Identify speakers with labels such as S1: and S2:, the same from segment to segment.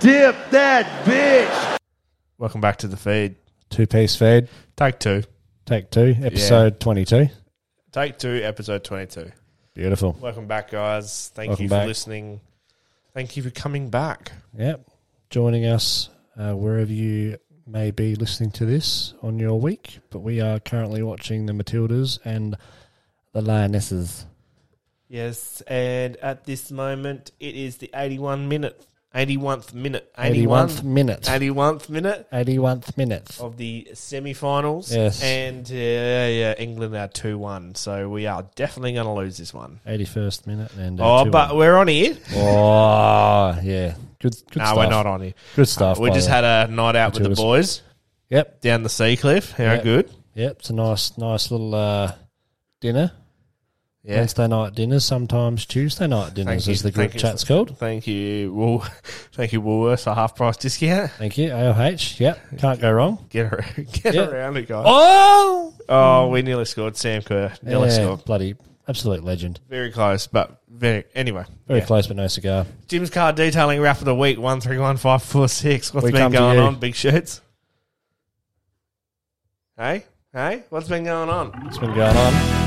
S1: Dip that bitch. Welcome back to the feed.
S2: Two piece feed.
S1: Take two.
S2: Take two. Episode 22.
S1: Take two, episode 22.
S2: Beautiful.
S1: Welcome back, guys. Thank
S2: Welcome
S1: you for
S2: back.
S1: listening. Thank you for coming back.
S2: Yep. Joining us uh, wherever you may be listening to this on your week, but we are currently watching the Matildas and the Lionesses.
S1: Yes, and at this moment, it is the 81 minute, 81th minute,
S2: 81th minute.
S1: 81th minute
S2: 81th minute.
S1: of the semi-finals.
S2: Yes.
S1: and uh, yeah, England are two-one, so we are definitely going to lose this one.
S2: 81st minute. And uh,
S1: Oh,
S2: two-
S1: but we're on here.
S2: Oh, yeah. Good, good
S1: No,
S2: stuff.
S1: we're not on here.
S2: Good stuff.
S1: we
S2: by
S1: just
S2: the-
S1: had a night out with the
S2: Matildas.
S1: boys
S2: Yep.
S1: down the sea cliff. How
S2: Yeah.
S1: good?
S2: Yep. It's a nice, nice little uh, dinner.
S1: Yeah.
S2: Wednesday night dinners, sometimes Tuesday night dinners,
S1: you.
S2: as the group
S1: Thank you.
S2: chat's called.
S1: Thank you, Wool. Thank you, Woolworths, for half price discount.
S2: Thank you, ALH. Yep, can't go wrong.
S1: Get around, get
S2: Yeah.
S1: around it, guys.
S2: Oh,
S1: Oh, we nearly scored. Sam Kerr nearly
S2: yeah,
S1: scored.
S2: bloody absolute legend.
S1: Very close, but very anyway.
S2: Very
S1: yeah.
S2: close, but no cigar.
S1: Jim's car detailing wrap of the week one three one five four six. What's
S2: We
S1: been
S2: come to
S1: going
S2: you.
S1: on, big shirts? Hey, hey, what's been going on?
S2: What's been going on?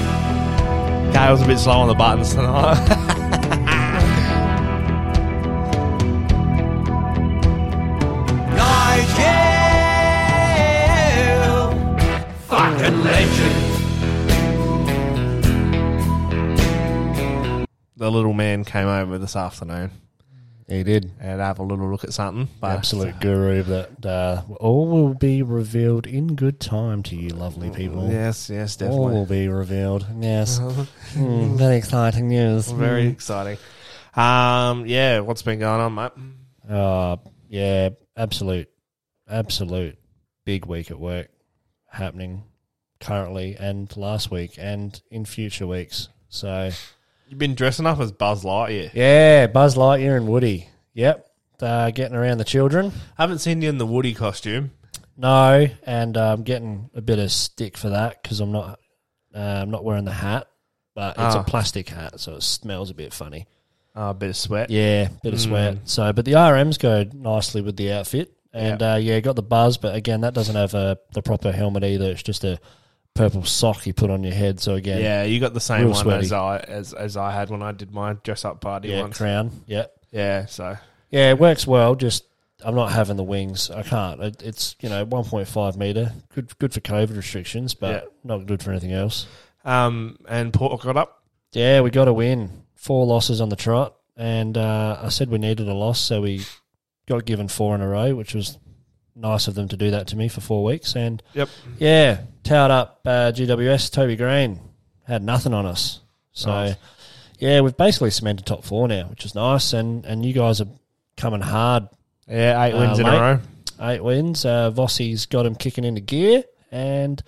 S1: Gail's a bit slow on the buttons tonight.
S3: Nigel, fucking legend.
S1: the little man came over this afternoon
S2: He did.
S1: and have a little look at something. But
S2: Absolute guru that uh, all will be revealed in good time to you, lovely people.
S1: Yes, yes,
S2: all
S1: definitely.
S2: will be revealed. Yes, Hmm, very exciting news.
S1: Very exciting. Um, yeah, what's been going on, mate?
S2: Uh, yeah, absolute, absolute big week at work happening currently and last week and in future weeks. So,
S1: You've been dressing up as Buzz Lightyear.
S2: yeah, Buzz Lightyear and Woody. Yep. Uh, getting around the children.
S1: Haven't seen you in the Woody costume.
S2: No, and I'm getting a bit of stick for that because I'm not, uh, I'm not wearing the hat, but it's
S1: Ah.
S2: a plastic hat, so it smells a bit funny.
S1: Oh, a bit of sweat.
S2: Yeah, bit
S1: Hmm.
S2: of sweat. So, but the RMs go nicely with the outfit, and uh, yeah, got the buzz. But again, that doesn't have a, the proper helmet either. It's just a purple sock you put on your head. So again,
S1: Yeah, you got the same
S2: Real
S1: one
S2: sweaty.
S1: as I as, as I had when I did my dress up party
S2: yeah,
S1: once.
S2: crown. Yeah,
S1: Yeah, so
S2: yeah, it works well. Just I'm not having the wings. I can't. It, it's you know 1.5 meter. Good, good for COVID restrictions, but
S1: Yeah.
S2: not good for anything else.
S1: um and Port got up.
S2: Yeah, we got a win. Four losses on the trot, and uh, I said we needed a loss, so we got given four in a row, which was nice of them to do that to me for four weeks. And
S1: Yep.
S2: yeah, towed up uh, GWS. Toby Green had nothing on us, so
S1: Nice.
S2: yeah, we've basically cemented top four now, which is nice. And and you guys are coming hard.
S1: Yeah, eight wins
S2: Uh,
S1: in
S2: mate.
S1: a row.
S2: Eight wins. Uh, Vossi's got him kicking into gear and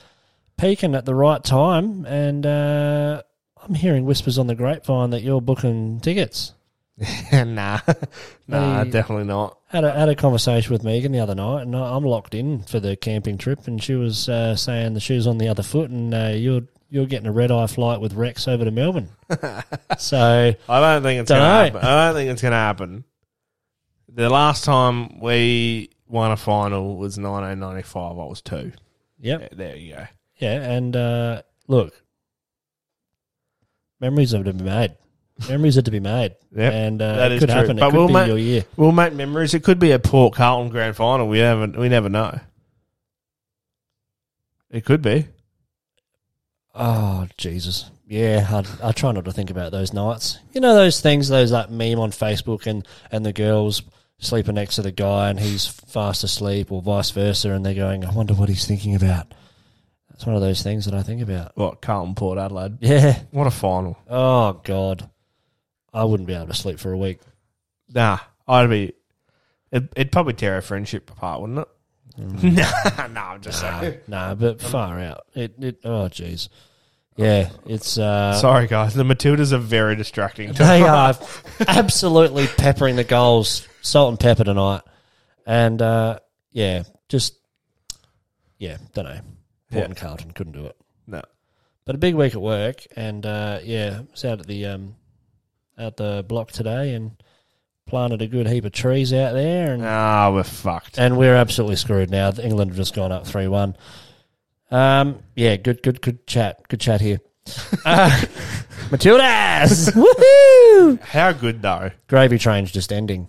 S2: peaking at the right time. And uh, I'm hearing whispers on the grapevine that you're booking tickets.
S1: nah. nah,
S2: They-
S1: definitely not.
S2: Had a, had a conversation with Megan the other night, and I- I'm locked in for the camping trip. And she was uh, saying the shoe's on the other foot, and uh, you're you're getting a red eye flight with Rex over to Melbourne. so
S1: I don't think it's
S2: Dunno.
S1: gonna happen. I don't think it's gonna happen. The last time we won a final was nineteen ninety five, I was two.
S2: yep,
S1: There- There you go.
S2: Yeah, and uh, look, memories are to be made. Memories are to be made.
S1: Yep,
S2: and uh,
S1: that
S2: it
S1: is
S2: could
S1: true.
S2: happen. It
S1: But
S2: could
S1: we'll
S2: be
S1: ma-
S2: your year.
S1: We'll make memories. It could be a Port Carlton grand final. We never we never know. It could be.
S2: Oh Jesus! Yeah, I, I try not to think about those nights. You know those things, those that meme on Facebook, and and the girls sleeping next to the guy, and he's fast asleep, or vice versa, and they're going, "I wonder what he's thinking about." That's one of those things that I think about.
S1: What Carlton Port Adelaide?
S2: Yeah.
S1: What a final!
S2: Oh God, I wouldn't be able to sleep for a week.
S1: Nah, I'd be. It, it'd probably tear our friendship apart, wouldn't it? Nah, nah, I'm just
S2: no,
S1: saying.
S2: no, but far out. It, it oh jeez. Yeah, it's uh
S1: Sorry, guys. The Matildas are very distracting. to-
S2: they are absolutely peppering the goals, salt and pepper tonight. And uh yeah, just yeah, don't know. Port
S1: Yeah.
S2: and Carlton couldn't do it.
S1: no.
S2: But a big week at work and uh yeah, was out at the um at the block today and planted a good heap of trees out there, and
S1: Ah, we're fucked.
S2: and we're absolutely screwed now. England have just gone up three one. Um, yeah, good, good, good chat, good chat here. uh, Matildas, woohoo!
S1: How good though?
S2: Gravy train's just ending.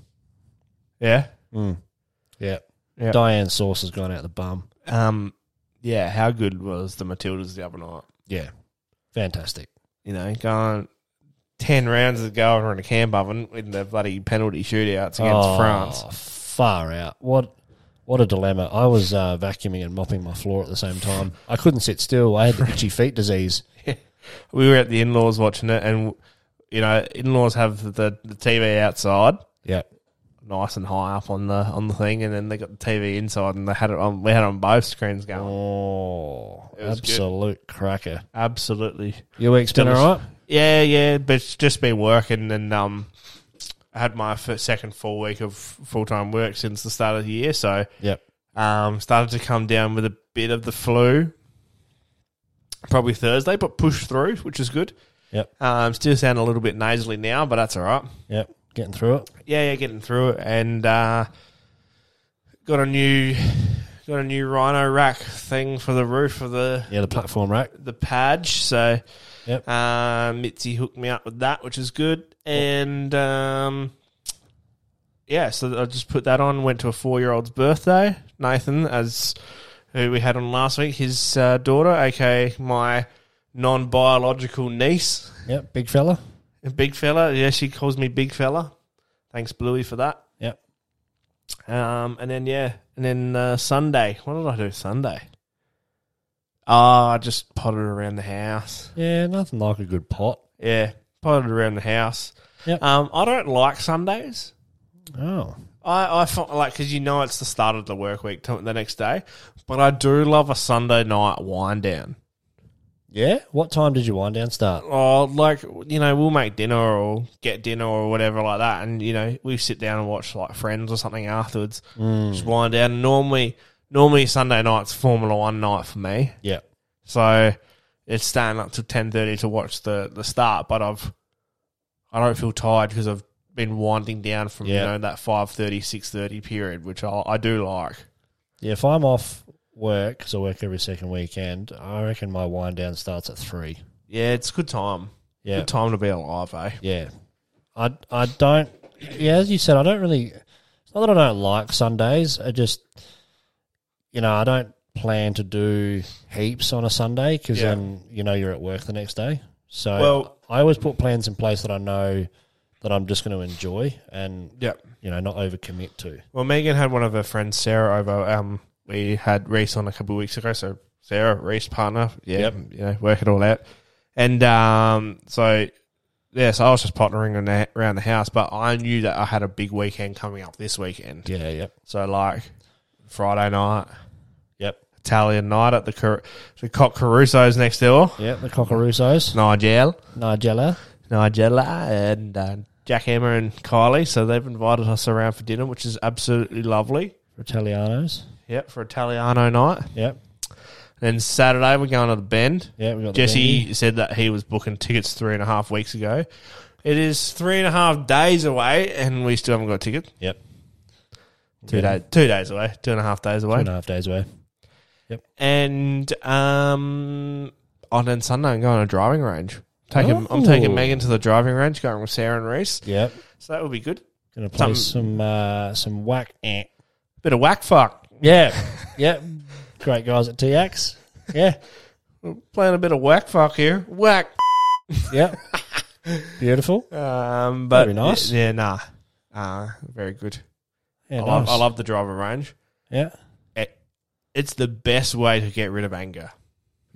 S1: Yeah.
S2: Hmm. Yeah.
S1: Yeah.
S2: Diane's sauce has gone out the bum.
S1: Um. Yeah. How good was the Matildas the other night?
S2: Yeah, fantastic.
S1: You know, going ten rounds to go over in a camp oven in the bloody penalty shootouts against
S2: Oh,
S1: France.
S2: Far out. What what a dilemma. I was uh, vacuuming and mopping my floor at the same time. I couldn't sit still. I had the itchy feet disease.
S1: We were at the in-laws watching it, and you know, in-laws have the, the TV outside.
S2: Yeah.
S1: Nice and high up on the on the thing, and then they got the TV inside, and they had it on. We had it on both screens going.
S2: Oh,
S1: was good.
S2: absolute cracker.
S1: Absolutely
S2: Your week's been
S1: Still
S2: all right?
S1: Yeah, yeah, but it's just been working, and um, I had my first, second full week of full time work since the start of the year, so
S2: Yep.
S1: um, started to come down with a bit of the flu. Probably Thursday, but pushed through, which is good.
S2: Yep.
S1: Um, still sound a little bit nasally now, but that's all right.
S2: Yep. Getting through it.
S1: Yeah, yeah, getting through it, and uh, got a new got a new rhino rack thing for the roof of the
S2: Yeah, the platform rack.
S1: the Padge. So
S2: Yep.
S1: um, Mitzi hooked me up with that, which is good. And um, yeah, so I just put that on. Went to a four-year-old's birthday. Nathan, as who we had on last week, his uh, daughter, aka my non-biological niece,
S2: Yep. Big fella.
S1: big fella. Yeah, she calls me big fella. Thanks, Bluey, for that.
S2: Yep.
S1: Um, and then yeah, and then uh, Sunday. What did I do Sunday? Ah, I just potted around the house.
S2: Yeah, nothing like a good pot.
S1: Yeah, potted around the house.
S2: Yep.
S1: Um, I don't like Sundays.
S2: Oh.
S1: I I find, like because you know it's the start of the work week to the next day, but I do love a Sunday night wind down.
S2: Yeah? What time did your wind down start?
S1: Or like you know we'll make dinner or get dinner or whatever like that, and you know we sit down and watch like Friends or something afterwards. Just wind down. And normally, normally Sunday nights Formula One night for me.
S2: Yep.
S1: So it's staying up till ten thirty to watch the the start, but I've I don't feel tired because I've been winding down from you
S2: Yeah.
S1: know that 5.30, 6.30 period, which I, I do like.
S2: Yeah, if I'm off work, because I work every second weekend, I reckon my wind down starts at three.
S1: Yeah, it's a good time.
S2: Yeah.
S1: Good time to be alive, eh?
S2: Yeah. I, I don't, yeah, as you said, I don't really, it's not that I don't like Sundays. I just, you know, I don't plan to do heaps on a Sunday because
S1: Yeah.
S2: then, you know, you're at work the next day. So
S1: Well-
S2: I always put plans in place that I know that I'm just going to enjoy and,
S1: Yep.
S2: you know, not overcommit to.
S1: Well, Megan had one of her friends, Sarah, over. Um, we had Reese on a couple of weeks ago. So Sarah, Reese, partner, yeah,
S2: Yep.
S1: you know, work it all out. And um, so yeah, so I was just partnering on the, around the house, but I knew that I had a big weekend coming up this weekend.
S2: Yeah, yep.
S1: So like Friday night,
S2: Yep.
S1: Italian night at the Car- the Cock Caruso's next door,
S2: Yep. The Cockaroos,
S1: Nigel,
S2: Nigella.
S1: Nigella, and uh, Jack Hammer and Kylie. So they've invited us around for dinner, which is absolutely lovely.
S2: Italianos.
S1: Yep, for Italiano night.
S2: Yep.
S1: Then Saturday we're going to the Bend.
S2: Yeah, we got the
S1: Jesse
S2: venue.
S1: said that he was booking tickets three and a half weeks ago. It is three and a half days away, and we still haven't got a ticket.
S2: Yep.
S1: Two
S2: Yeah.
S1: days, two days away, two and a half days away,
S2: Two and a half days away.
S1: and um, on then Sunday I'm going to a driving range. Taking, I'm taking
S2: Ooh.
S1: Megan to the driving range, going with Sarah and Reese.
S2: Yep.
S1: So that will be good.
S2: Gonna play
S1: Some-
S2: some uh, some whack ant.
S1: Bit of whack fuck,
S2: Yeah, yeah. Great guys at TX. Yeah,
S1: playing a bit of whack fuck here, whack.
S2: yeah. Beautiful.
S1: Um, but
S2: Very nice.
S1: yeah, nah, uh, very good.
S2: Yeah,
S1: I, love,
S2: nice.
S1: I love the driving range.
S2: Yeah,
S1: it, it's the best way to get rid of anger.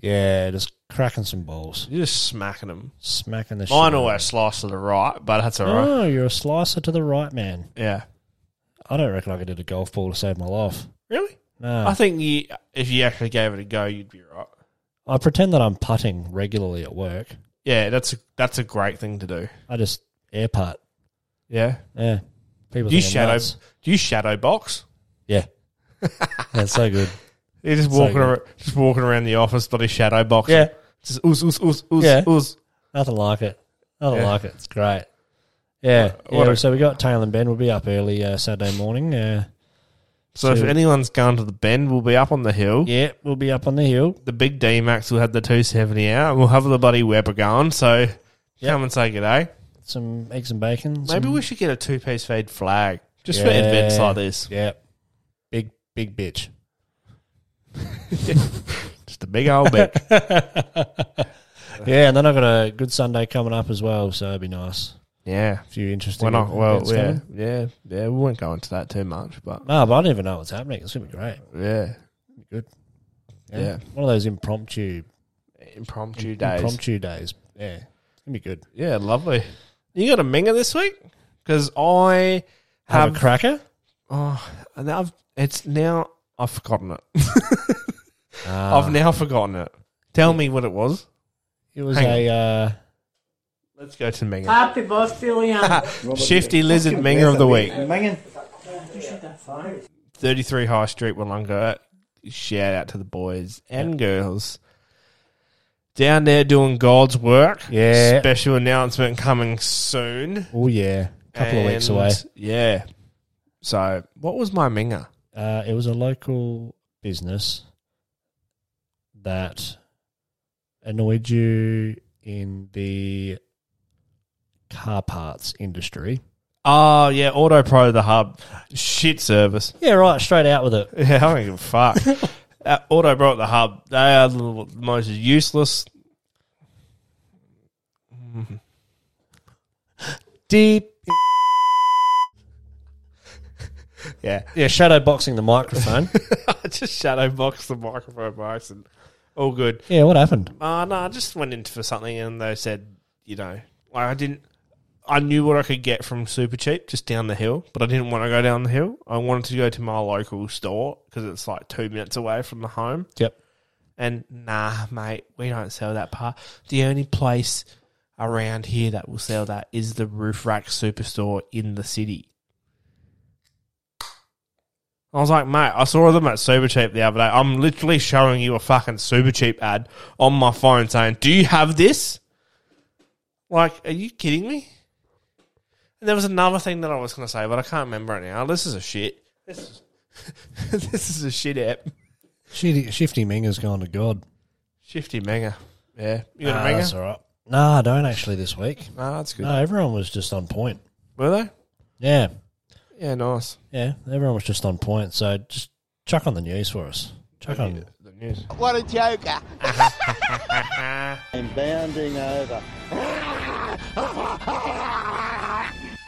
S2: yeah. Just cracking some balls,
S1: You're just smacking them.
S2: smacking the. shit out
S1: Mine
S2: of
S1: always slice to the right, but that's all
S2: them.
S1: right.
S2: Oh, you're a slicer to the right, man.
S1: Yeah.
S2: I don't reckon I could hit a golf ball to save my life.
S1: Really?
S2: No, I,
S1: I think you, if you actually gave it a go, you'd be right.
S2: pretend that I'm putting regularly at work.
S1: Yeah, that's a, that's a great thing to do.
S2: I just air putt.
S1: Yeah.
S2: Yeah, people.
S1: Do you
S2: think I'm
S1: shadow?
S2: nuts.
S1: Do you shadow box?
S2: Yeah, that's so good.
S1: You're just
S2: So
S1: walking,
S2: good.
S1: around, just walking around the office, bloody shadow box.
S2: Yeah,
S1: Just ooze, ooze, ooze, ooze,
S2: Yeah.
S1: ooze.
S2: nothing like it. Nothing
S1: Yeah. Uh,
S2: like it. It's great. Yeah,
S1: What
S2: yeah.
S1: a-
S2: so we got Tail and Ben. We'll be up early uh, Saturday morning. Uh,
S1: So if
S2: So-
S1: anyone's going to the bend, we'll be up on the hill.
S2: yeah, we'll be up on the hill.
S1: The big D Max will have the 270 out, and we'll have the buddy Weber going. So
S2: Yep.
S1: come and say good day.
S2: Some eggs and bacon.
S1: Maybe
S2: some-
S1: we should get a two piece fade flag just for
S2: Yeah.
S1: events like this.
S2: Yeah, big big bitch.
S1: Just a big old bit.
S2: Yeah, and then I've got a good Sunday coming up as well, so it'd be nice.
S1: yeah.
S2: A few interesting.
S1: We're not, well,
S2: events
S1: yeah,
S2: coming.
S1: yeah, yeah. We won't go into that too much, but
S2: No, but I don't even know what's happening. It's gonna be great.
S1: yeah,
S2: Good.
S1: Yeah.
S2: One of those impromptu
S1: impromptu days.
S2: impromptu days. Yeah. It's gonna be good.
S1: Yeah, lovely. You got a minger this week because I
S2: Have,
S1: have.
S2: a cracker?
S1: oh, and I've it's now I've forgotten it. Uh,
S2: Ah.
S1: I've now forgotten it. Tell me what it was.
S2: it was
S1: hang
S2: a uh,
S1: Let's go to minger.
S4: Happy birthday, Leanne.
S1: Shifty lizard minger of the week.
S5: Minging.
S1: Thirty-three High Street, Wollonga. Shout out to the boys and girls. Down there doing God's work.
S2: Yeah.
S1: Special announcement coming soon.
S2: oh yeah. Couple of weeks
S1: And,
S2: away.
S1: Yeah. So, what was my minger?
S2: Uh, it was a local business that annoyed you in the car parts industry.
S1: Oh, yeah, Auto Pro the hub. Shit service.
S2: Yeah, right, straight out with it.
S1: Yeah, I don't give a fuck. uh, Auto Pro at the hub. They are the most useless.
S2: Deep.
S1: Yeah.
S2: Yeah, shadow boxing the microphone.
S1: I just shadow boxed the microphone box and all good.
S2: yeah, what happened?
S1: Uh, no, I just went in for something and they said, you know, like I didn't. I knew what I could get from super cheap just down the hill, but I didn't want to go down the hill. I wanted to go to my local store because it's like two minutes away from the home.
S2: Yep.
S1: And nah, mate, we don't sell that part. The only place around here that will sell that is the Roof Rack Superstore in the city. I was like, mate, I saw them at Super Cheap the other day. I'm literally showing you a fucking Super Cheap ad on my phone saying, Do you have this? Like, are you kidding me? And there was another thing that I was going to say, but I can't remember it now. This is a shit. This is, this is a shit app.
S2: Shifty, Shifty Minger's gone to God.
S1: Shifty Mega. Yeah. You got
S2: Ah,
S1: a Mega?
S2: that's all right. No, I don't actually this week.
S1: No, that's good.
S2: No, everyone was just on point.
S1: Were they?
S2: Yeah,
S1: Yeah, nice.
S2: yeah, everyone was just on point. So just chuck on the news for us. Chuck on.
S1: The news.
S6: What a joker.
S5: And bounding over.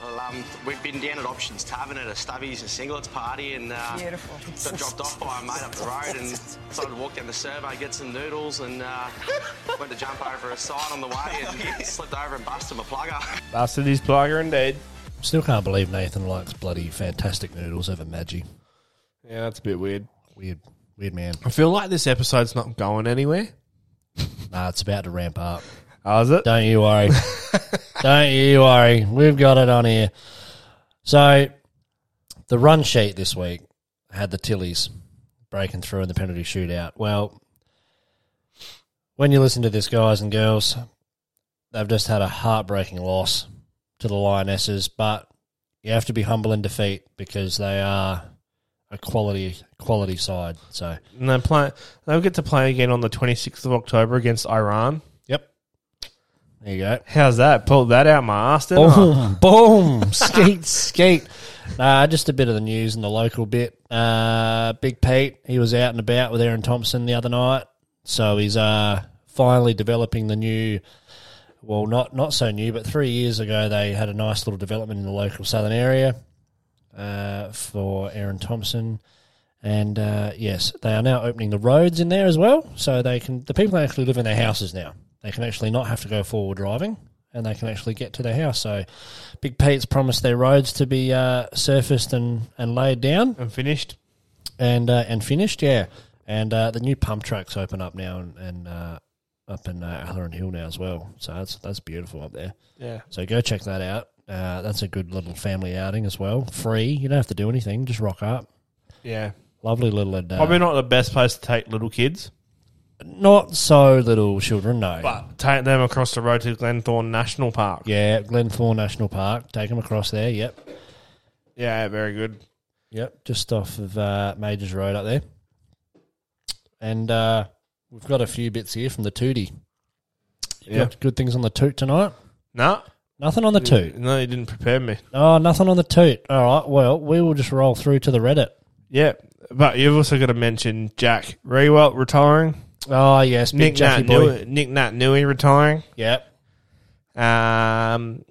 S7: Well, um, we've been down at Options Tavern at a Stubbies and Singlets party and uh,
S8: Beautiful.
S7: got dropped off by a mate up the road and decided to walk down the survey, get some noodles and uh, went to jump over a sign on the way and slipped over and busted my plugger.
S1: Busted his plugger indeed.
S2: Still can't believe Nathan likes bloody fantastic noodles over Maggie.
S1: Yeah, that's a bit weird.
S2: Weird, weird man.
S1: I feel like this episode's not going anywhere.
S2: Nah, it's about to ramp up.
S1: Oh, is it?
S2: Don't you worry. Don't you worry. We've got it on here. So, the run sheet this week had the Tillies breaking through in the penalty shootout. Well, when you listen to this, guys and girls, they've just had a heartbreaking loss to the Lionesses, but you have to be humble in defeat because they are a quality quality side. So,
S1: And they play, they'll get to play again on the 26th of October against Iran.
S2: yep. There you go.
S1: How's that? Pulled that out my ass, didn't I?
S2: Boom, boom, skeet, skeet. Nah, just a bit of the news and the local bit. Uh, Big Pete, he was out and about with Aaron Thompson the other night, so he's uh, finally developing the new. Well, not not so new, but three years ago they had a nice little development in the local southern area uh, for Aaron Thompson. And uh, yes, they are now opening the roads in there as well, so they can the people actually live in their houses now. They can actually not have to go forward driving, and they can actually get to their house. So, Big Pete's promised their roads to be uh, surfaced and, and laid down
S1: And finished.
S2: and uh, and finished. Yeah, and uh, the new pump tracks open up now and, and uh, up in uh, Halloran Hill now as well. So that's that's beautiful up there.
S1: Yeah.
S2: So go check that out. Uh, that's a good little family outing as well. Free. You don't have to do anything. Just rock up.
S1: Yeah.
S2: Lovely little. Uh,
S1: Probably not the best place to take little kids.
S2: Not so little children, no.
S1: But take them across the road to Glenthorne National Park.
S2: yeah, Glenthorne National Park. Take them across there. Yep,
S1: Yeah, very good.
S2: yep. Just off of uh, Majors Road up there. And uh, we've got a few bits here from the Tootie.
S1: Yeah.
S2: Got good things on the toot tonight.
S1: No,
S2: Nothing on the toot.
S1: no, you didn't prepare me.
S2: Oh, nothing on the toot. All right. Well, we will just roll through to the Reddit.
S1: Yeah, but you've also got to mention Jack Rewalt retiring,
S2: Oh yes, big
S1: Nick
S2: Jackie
S1: Nat
S2: boy.
S1: Nui, Nick Nat Nui retiring.
S2: Yep,
S1: Um,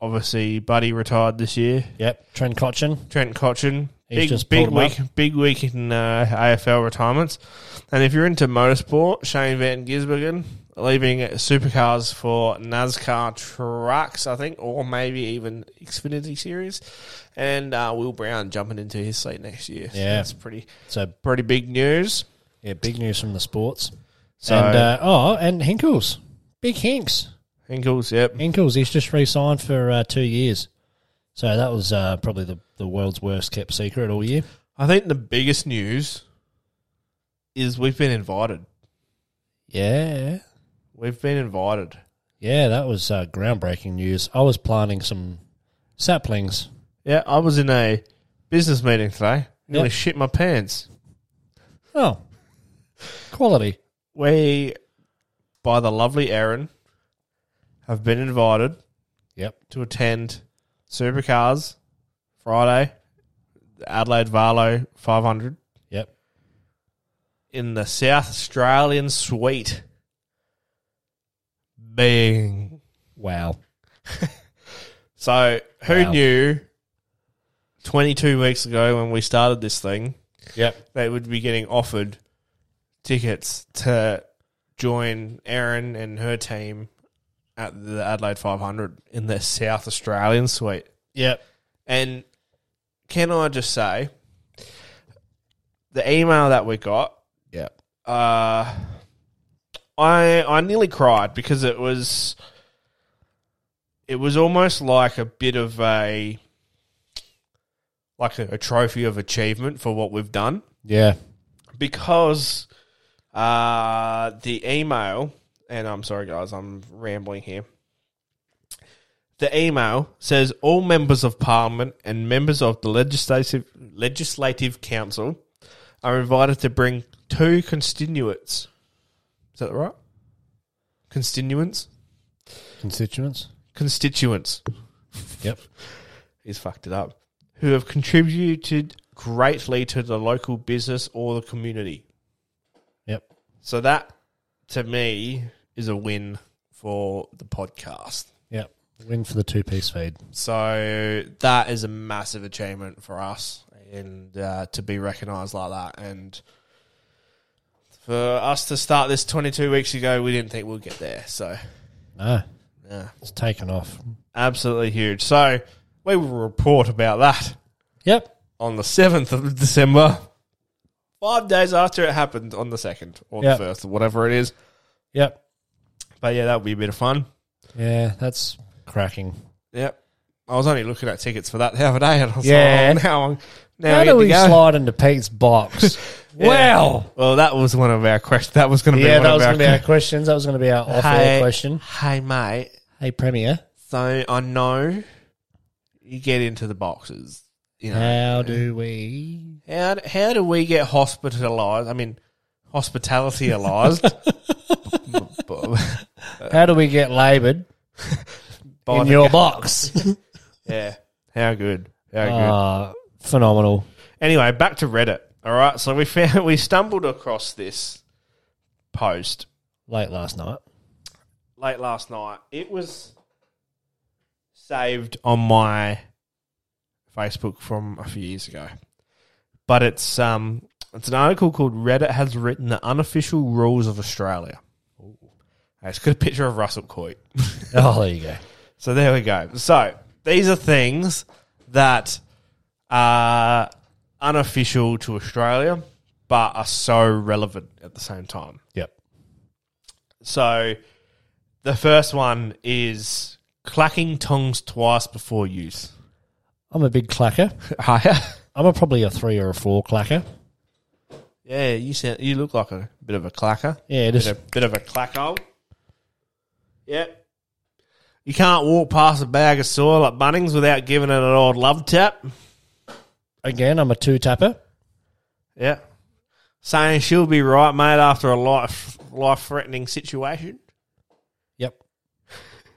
S1: obviously Buddy retired this year.
S2: yep. Trent Cotchin.
S1: Trent Cotchin.
S2: He's
S1: Big,
S2: just
S1: big
S2: pulled him
S1: week, big week in uh, AFL retirements, and if you're into motorsport, Shane Van Gisbergen leaving supercars for NASCAR trucks, I think, or maybe even Xfinity Series, and uh, Will Brown jumping into his slate next year. So
S2: Yeah.
S1: that's pretty
S2: So
S1: pretty big news.
S2: yeah, big news from the sports.
S1: So
S2: and uh, oh, and Hinkles, big Hinks.
S1: Hinkles, yep.
S2: Hinkles, he's just re-signed for uh, two years. So that was uh, probably the, the world's worst kept secret all year.
S1: I think the biggest news is we've been invited.
S2: Yeah,
S1: We've been invited.
S2: yeah. That was uh, groundbreaking news. I was planting some saplings.
S1: Yeah, I was in a business meeting today. Nearly
S2: Yep.
S1: shit my pants.
S2: Oh, quality.
S1: We, by the lovely Erin, have been invited
S2: Yep.
S1: to attend Supercars Friday, Adelaide Varlo 500
S2: Yep.
S1: in the South Australian suite. Bing.
S2: Wow.
S1: So who
S2: Wow.
S1: knew 22 weeks ago when we started this thing
S2: Yep.
S1: they would be getting offered tickets to join Erin and her team at the Adelaide 500 in the South Australian suite.
S2: Yep.
S1: And can I just say, the email that we got,
S2: Yep.
S1: uh, I I nearly cried because it was it was almost like a bit of a like a, a trophy of achievement for what we've done
S2: Yeah.
S1: because uh, the email, and I'm sorry, guys, I'm rambling here. The email says all members of parliament and members of the legislative legislative council are invited to bring two constituents. Is that right? Constituents,
S2: Constituents.
S1: constituents.
S2: Yep.
S1: He's fucked it up. Who have contributed greatly to the local business or the community.
S2: Yep.
S1: So that to me is a win for the podcast.
S2: Yep. Win for the two piece feed.
S1: So that is a massive achievement for us and uh, to be recognized like that and for us to start this 22 weeks ago we didn't think we'd get there. So
S2: No,
S1: yeah,
S2: it's taken off.
S1: absolutely huge. So we will report about that
S2: Yep.
S1: on the 7th of December. 5 days after it happened on the 2nd or
S2: Yep.
S1: the 1st or whatever it is.
S2: Yep.
S1: But yeah, that would be a bit of fun.
S2: Yeah, that's cracking.
S1: Yep. I was only looking at tickets for that the other day, and I was
S2: Yeah.
S1: like, oh, now, I'm- now
S2: How
S1: I get
S2: do
S1: to
S2: we
S1: go.
S2: slide into Pete's box? Wow.
S1: Well, that was one of our questions. That was going to be
S2: Yeah,
S1: one
S2: that
S1: of
S2: was
S1: our
S2: going to be our questions. That was going to be our off air question.
S1: Hey, mate.
S2: Hey, Premier,
S1: So I know you get into the boxes. You know,
S2: how do we?
S1: how, how do we get hospitalized? I mean, hospitalityalized b- b-
S2: How do we get laboured
S1: by
S2: in
S1: the-
S2: your box?
S1: yeah. How good? How good?
S2: Ah, phenomenal.
S1: Anyway, back to Reddit. All right, so we found we stumbled across this post
S2: Late last night.
S1: late last night. It was saved on my Facebook from a few years ago, but it's um it's an article called "Reddit has written the unofficial rules of Australia." It's got a picture of Russell Coit.
S2: Oh, there you go.
S1: So there we go. So these are things that are unofficial to Australia, but are so relevant at the same time.
S2: Yep.
S1: So the first one is clacking tongues twice before use.
S2: I'm a big clacker.
S1: Higher.
S2: I'm a, probably a three or a four clacker.
S1: Yeah, you sound, you look like a bit of a clacker.
S2: Yeah,
S1: bit,
S2: just
S1: of, bit of a clacko. Yep. You can't walk past a bag of soil at Bunnings without giving it an old love tap.
S2: again, I'm a two tapper.
S1: Yeah. Saying she'll be right, mate, after a life life threatening situation.
S2: Yep,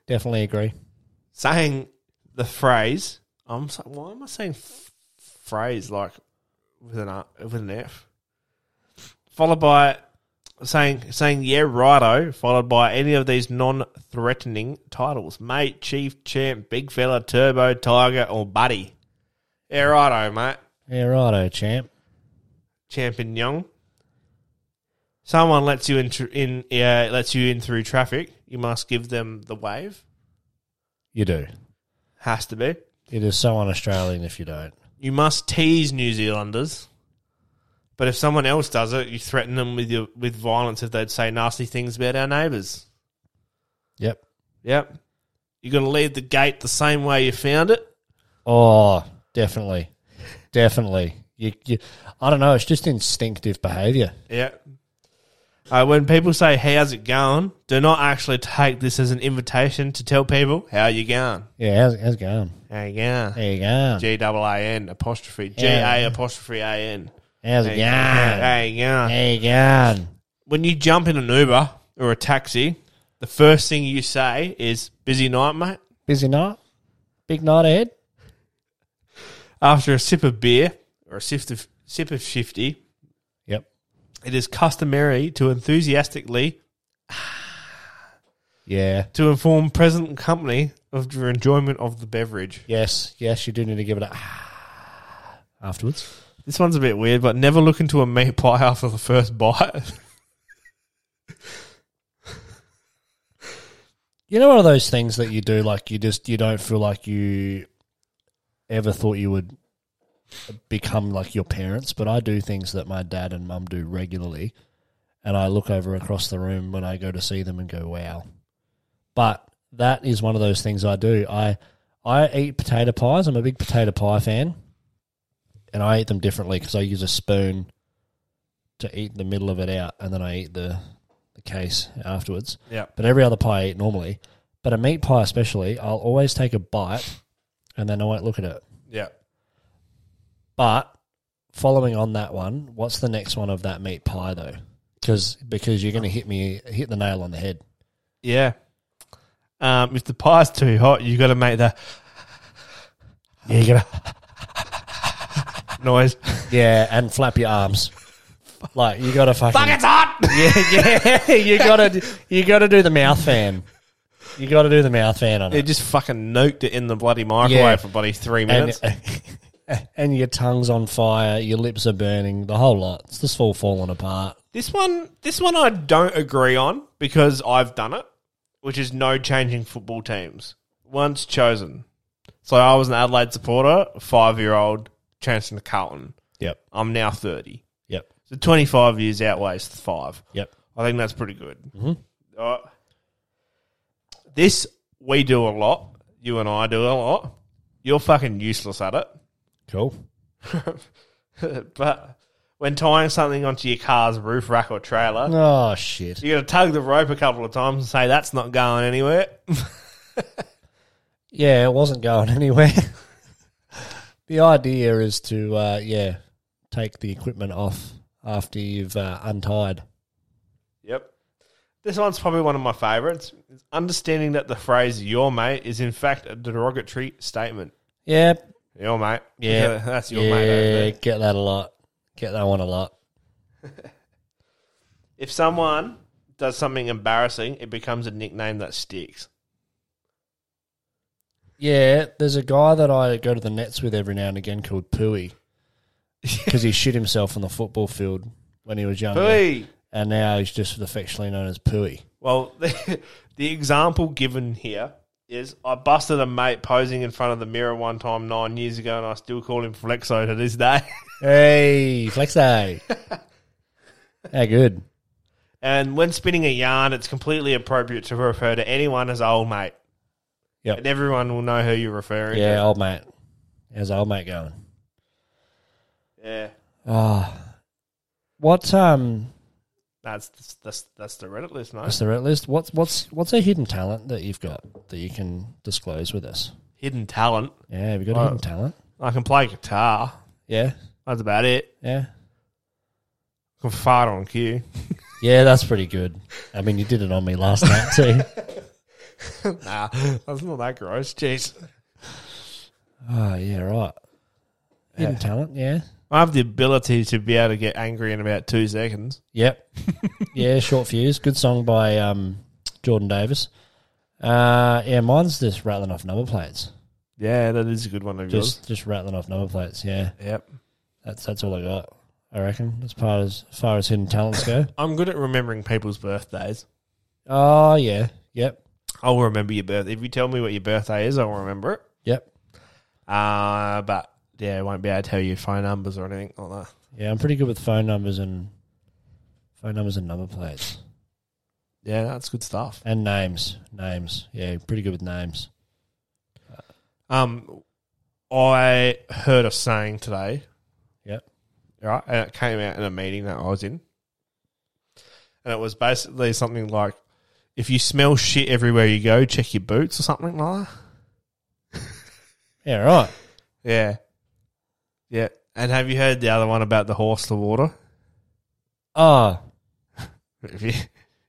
S2: definitely agree.
S1: Saying the phrase, I'm s- why am I saying f- phrase like with an R, with an F? Followed by saying saying yeah righto, followed by any of these non threatening titles, mate, chief, champ, big fella, turbo, tiger, or buddy. Yeah righto, mate.
S2: Yeah, righto, champ.
S1: Champion Young. Someone lets you in, tr- in yeah, lets you in through traffic. You must give them the wave.
S2: You do.
S1: Has to be.
S2: It is so un-Australian if you don't.
S1: You must tease New Zealanders. But if someone else does it, you threaten them with your with violence if they'd say nasty things about our neighbours.
S2: Yep.
S1: Yep. You're going to leave the gate the same way you found it.
S2: Oh, definitely, definitely. You, you, I don't know. It's just instinctive behaviour.
S1: Yeah. Uh, when people say "How's it going," do not actually take this as an invitation to tell people how you going.
S2: Yeah, how's, how's it going?
S1: How you going?
S2: There you go.
S1: G double A N apostrophe G
S2: Yeah.
S1: A apostrophe A N.
S2: How's it going?
S1: Hey, yeah.
S2: There you go.
S1: When you jump in an Uber or a taxi, the first thing you say is "Busy night, mate."
S2: Busy night. Big night ahead.
S1: After a sip of beer or a sip of sip of shifty,
S2: Yep.
S1: it is customary to enthusiastically
S2: Yeah.
S1: to inform present company of your enjoyment of the beverage.
S2: Yes. Yes. You do need to give it a afterwards.
S1: This one's a bit weird, but never look into a meat pie after the first bite.
S2: You know, one of those things that you do, like you just you don't feel like you ever thought you would become like your parents, but I do things that my dad and mum do regularly, and I look over across the room when I go to see them and go, "Wow!" But that is one of those things I do. I I eat potato pies. I'm a big potato pie fan, and I eat them differently because I use a spoon to eat the middle of it out, and then I eat the the case afterwards
S1: yeah.
S2: but every other pie I eat normally. But a meat pie, especially, I'll always take a bite and then I won't look at it.
S1: Yeah.
S2: But following on that one, what's the next one of that meat pie though? Because because you're going to hit me hit the nail on the head.
S1: Yeah. Um, if the pie's too hot, you got to make the
S2: Yeah, you're gonna
S1: noise.
S2: yeah, and flap your arms. Like you got to fucking
S1: Fuck, it's hot.
S2: yeah, yeah. You got to you got to do the mouth fan. You got to do the mouth fan on
S1: It
S2: it.
S1: just fucking nuked it in the bloody microwave
S2: Yeah.
S1: for bloody three
S2: And,
S1: minutes.
S2: and your tongue's on fire, your lips are burning, the whole lot. It's just all falling apart.
S1: this one, this one, I don't agree on because I've done it, which is no changing football teams once chosen. So I was an Adelaide supporter, five year old, chancing to Carlton.
S2: Yep.
S1: I'm now thirty,
S2: Yep.
S1: so twenty five years outweighs the five.
S2: Yep.
S1: I think that's pretty good. Uh, this we do a lot. You and I do a lot. You're fucking useless at it.
S2: Cool.
S1: but when tying something onto your car's roof rack or trailer,
S2: Oh shit.
S1: you got to tug the rope a couple of times and say that's not going anywhere.
S2: Yeah, it wasn't going anywhere. the idea is to uh, yeah, take the equipment off after you've uh, untied.
S1: yep. This one's probably one of my favourites. It's understanding that the phrase "your mate" is in fact a derogatory statement.
S2: Yeah.
S1: Your mate,
S2: Yeah.
S1: that's your
S2: yeah,
S1: mate. over there.
S2: get that a lot. Get that one a lot.
S1: If someone does something embarrassing, it becomes a nickname that sticks.
S2: Yeah, there's a guy that I go to the nets with every now and again called Pooey because he shit himself on the football field when he was younger,
S1: Hey.
S2: and now he's just affectionately known as Pooey.
S1: Well, the, the example given here is I busted a mate posing in front of the mirror one time nine years ago, and I still call him Flexo to this day.
S2: Hey, Flexo. How good.
S1: and when spinning a yarn, it's completely appropriate to refer to anyone as old mate.
S2: Yep.
S1: And everyone will know who you're referring
S2: Yeah,
S1: to.
S2: old mate. How's old mate going?
S1: Yeah.
S2: Ah, What um
S1: That's that's that's the Reddit list, mate.
S2: is the red list? What's what's what's a hidden talent that you've got that you can disclose with us?
S1: Hidden talent.
S2: Yeah, have you got a
S1: Uh,
S2: hidden talent?
S1: I can play guitar.
S2: Yeah,
S1: That's about it.
S2: yeah,
S1: I can fart on cue.
S2: yeah. That's pretty good. I mean, you did it on me last night too.
S1: Nah, that's not that gross. Jeez.
S2: Oh yeah, right. Hidden talent. Yeah.
S1: I have the ability to be able to get angry in about two seconds.
S2: Yep. yeah, short fuse. Good song by um, Jordan Davis. Uh, yeah, mine's just rattling off number plates.
S1: Yeah, that is a good one of yours.
S2: Just just rattling off number plates. Yeah,
S1: Yep.
S2: that's that's all I got. I reckon as far as, as far as hidden talents go.
S1: I'm good at remembering people's birthdays.
S2: Oh yeah. Yep.
S1: I'll remember your birth. If you tell me what your birthday is, I'll remember it.
S2: Yep.
S1: Uh, but yeah, I won't be able to tell you phone numbers or anything like that.
S2: Yeah, I'm pretty good with phone numbers and phone numbers and number plates
S1: Yeah, that's good stuff.
S2: and names. Names. Yeah, pretty good with names.
S1: Um, I heard a saying today,
S2: Yep.
S1: right? And it came out in a meeting that I was in, and it was basically something like, "If you smell shit everywhere you go, check your boots" or something like that.
S2: Yeah. Right.
S1: Yeah, yeah. And have you heard the other one about the horse to water?
S2: Oh
S1: If you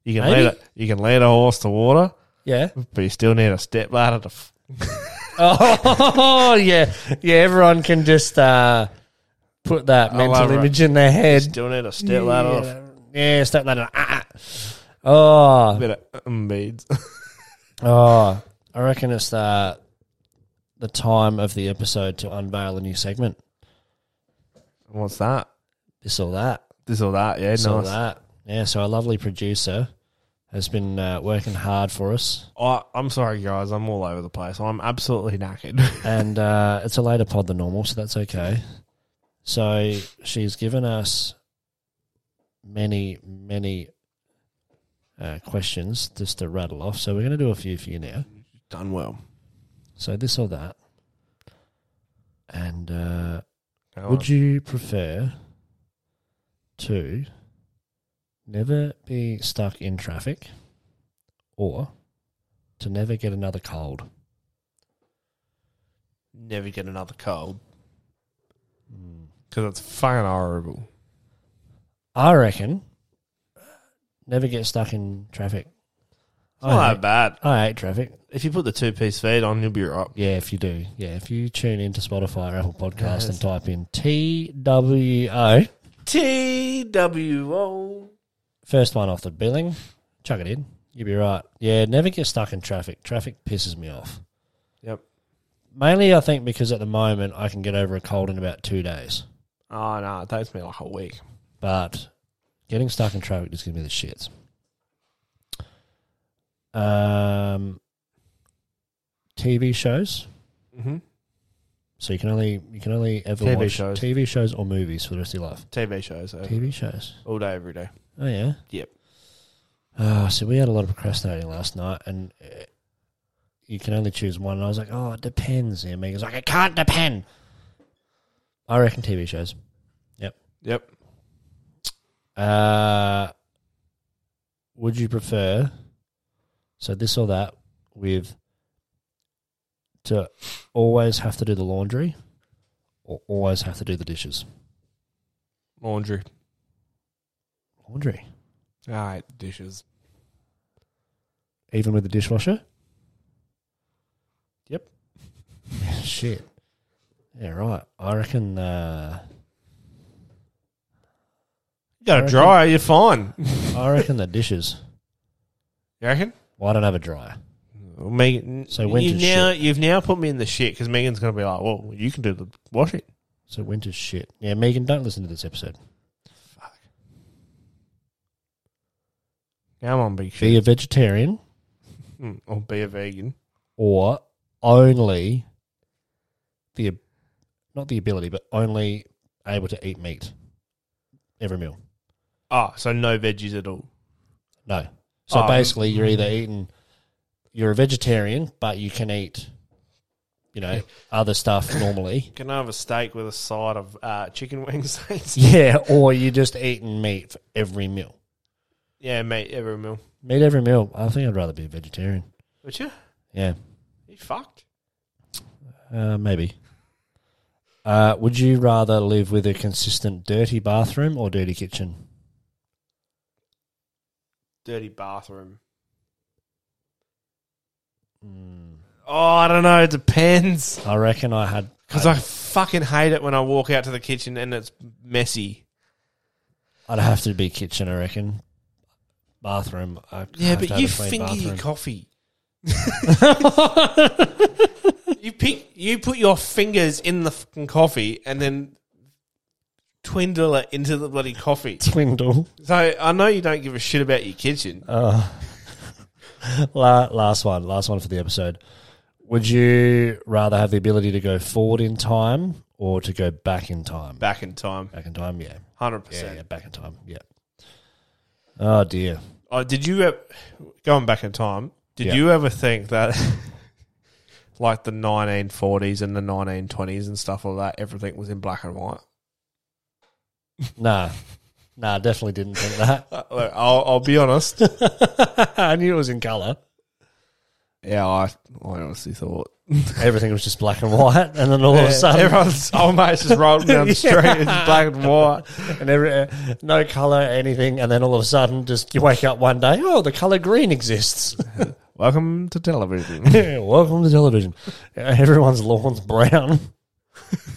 S1: you can
S2: Maybe.
S1: lead a, you can lead a horse to water,
S2: yeah.
S1: but you still need a step ladder to. F-
S2: Oh yeah, yeah. Everyone can just uh, put that mental
S1: love it.
S2: image in their head.
S1: still need a step ladder. to f-
S2: Yeah, yeah step ladder. Ah, ah. Oh,
S1: Bit of um, beads.
S2: oh. I reckon it's the the time of the episode to unveil a new segment.
S1: What's that?
S2: This or that.
S1: This or that? Yeah,
S2: This or
S1: nice.
S2: that. Yeah. So our lovely producer has been uh, working hard for us,
S1: I, I'm sorry, guys. I'm all over the place. I'm absolutely knackered.
S2: and uh, it's a later pod than normal, so that's okay. So she's given us many, many uh, questions just to rattle off. So we're going to do a few for you now.
S1: Done well.
S2: So this or that, and uh, would you prefer to never be stuck in traffic, or to never get another cold?
S1: never get another cold? Because it's fucking horrible.
S2: I reckon uh, never get stuck in traffic.
S1: It's not
S2: I,
S1: that bad.
S2: I hate traffic.
S1: If you put the two piece feed on, you'll be right.
S2: Yeah, if you do. Yeah, if you tune into Spotify or Apple Podcast and type in TWO,
S1: T W O.
S2: first one off the billing, chuck it in. You'll be right. Yeah, never get stuck in traffic. Traffic pisses me off.
S1: Yep.
S2: Mainly, I think, because at the moment I can get over a cold in about two days.
S1: Oh no, it takes me like a week.
S2: But getting stuck in traffic is going to be the shits. Um, TV shows.
S1: Mm-hmm.
S2: So you can only you can only ever
S1: TV
S2: watch
S1: shows.
S2: TV shows or movies for the rest of your life.
S1: TV shows uh,
S2: TV shows.
S1: all day, every day.
S2: Oh yeah.
S1: Yep.
S2: Oh, so we had a lot of procrastinating last night, and uh, you can only choose one. And I was like, oh, it depends. And Megan's like, it can't depend. I reckon TV shows.
S1: Yep.
S2: Uh, would you prefer so this or that with to always have to do the laundry or always have to do the dishes?
S1: Laundry.
S2: Laundry,
S1: All right, dishes.
S2: even with the dishwasher.
S1: Yep.
S2: Shit. Yeah, right. I reckon. Uh,
S1: You got a
S2: Reckon-
S1: dryer, you're fine. you
S2: I reckon the dishes.
S1: reckon?
S2: Well, I don't have a dryer.
S1: Well, Megan,
S2: So
S1: you've
S2: winter's
S1: now you've now put me in the shit because Megan's gonna be like, "Well, you can do the washing."
S2: So winter's shit. Yeah, Megan, don't listen to this episode.
S1: Come on, big
S2: Be
S1: shit,
S2: a vegetarian
S1: Mm, or be a vegan.
S2: or only the not the ability, but only able to eat meat every meal.
S1: Oh, so no veggies at all.
S2: No. So
S1: Oh.
S2: basically, you're either eating you're a vegetarian, but you can eat you know, other stuff normally.
S1: Can I have a steak with a side of uh, chicken wings? yeah.
S2: Yeah, or you just eating meat for every meal.
S1: yeah, mate, every meal.
S2: Meat every meal. I think I'd rather be a vegetarian.
S1: Would you?
S2: Yeah,
S1: You fucked.
S2: uh, maybe. Uh, would you rather live with a consistent dirty bathroom or dirty kitchen?
S1: Dirty bathroom. Oh, I don't know. It depends.
S2: I reckon I had
S1: Because I fucking hate it when I walk out to the kitchen and it's messy.
S2: I'd have to be kitchen, I reckon. Bathroom. I
S1: Yeah,
S2: have to
S1: but
S2: have
S1: you
S2: a clean
S1: finger your
S2: bathroom.
S1: coffee. you pick, you put your fingers in the fucking coffee and then twindle it into the bloody coffee.
S2: Swindle.
S1: So I know you don't give a shit about your kitchen.
S2: La- last one. Last one for the episode. Would you rather have the ability to go forward in time or to go back in time?
S1: Back in time,
S2: Back in time, yeah.
S1: hundred
S2: Yeah, yeah,
S1: percent.
S2: back in time, yeah. Oh, dear.
S1: Oh, did you ever, going back in time? Did
S2: Yeah.
S1: you ever think that, like the nineteen forties and the nineteen twenties and stuff like that, everything was in black and white?
S2: Nah. Nah, definitely didn't think that.
S1: Uh, look, I'll, I'll be honest.
S2: I knew it was in colour.
S1: yeah, I, I honestly thought
S2: Everything was just black and white, and then all of a sudden,
S1: everyone's old mate's just rolling down the street. It's black and white.
S2: and every, uh, no color, anything, and then all of a sudden, just you wake up one day, oh, the color green exists.
S1: Welcome to television.
S2: Welcome to television. Uh, Everyone's lawn's brown.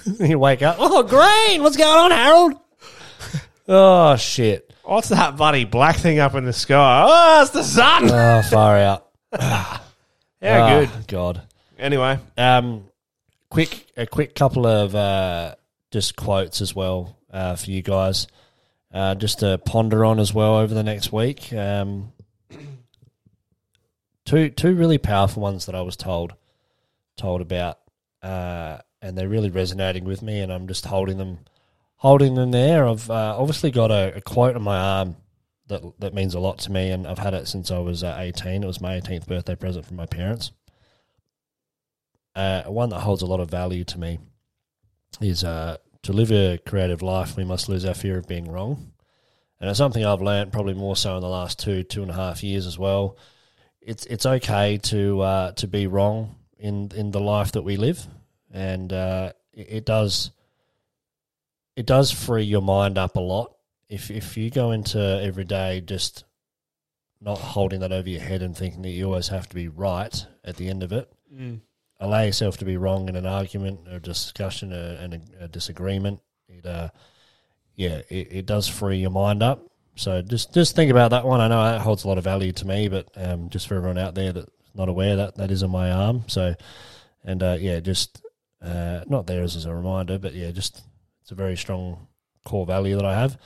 S2: you wake up, oh, green. What's going on, Harold? Oh shit!
S1: What's that bloody black thing up in the sky? Oh, it's the sun.
S2: Oh, far out.
S1: yeah,
S2: Ah,
S1: good.
S2: God.
S1: Anyway,
S2: Um, quick, a quick couple of uh, just quotes as well uh, for you guys, uh, just to ponder on as well over the next week. Um, two two really powerful ones that I was told told about, uh, and they're really resonating with me, and I'm just holding them holding them there. I've uh, obviously got a, a quote on my arm. That, that means a lot to me, and I've had it since I was uh, 18. It was my 18th birthday present from my parents uh, one that holds a lot of value to me is uh, to live a creative life, we must lose our fear of being wrong. And it's something I've learnt probably more so in the last two, two and a half years as well. It's it's okay to uh, to be wrong in in the life that we live, and uh, it, it does it does free your mind up a lot. If if you go into every day just not holding that over your head and thinking that you always have to be right at the end of it, allow yourself to be wrong in an argument or discussion or, and a, a disagreement. It, uh, yeah, it, it does free your mind up. So just just think about that one. I know that holds a lot of value to me, but um, just for everyone out there that's not aware, that that is on my arm. So, and uh, yeah, just uh, not there as, as a reminder, but yeah, just it's a very strong core value that I have.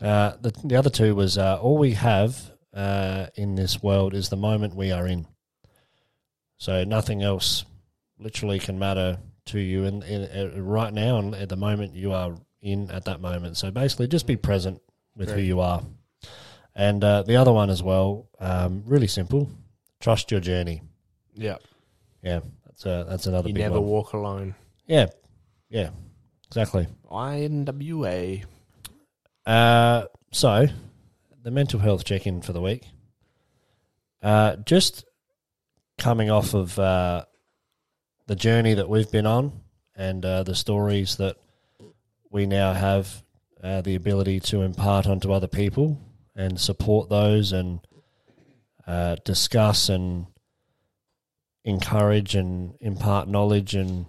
S2: Uh, the the other two was uh, all we have uh, in this world is the moment we are in. So nothing else literally can matter to you in, in, uh, right now and at the moment you are in at that moment. So basically, just
S1: Mm.
S2: be present with who you are. And uh, the other one as well, um, really simple. Trust your journey.
S1: yeah,
S2: Yeah, that's a, that's another
S1: you
S2: big
S1: never
S2: one.
S1: walk alone.
S2: yeah, yeah, exactly.
S1: INWA.
S2: Uh, so, the mental health check in for the week. Uh, just coming off of uh, the journey that we've been on and uh, the stories that we now have uh, the ability to impart onto other people and support those and uh, discuss and encourage and impart knowledge and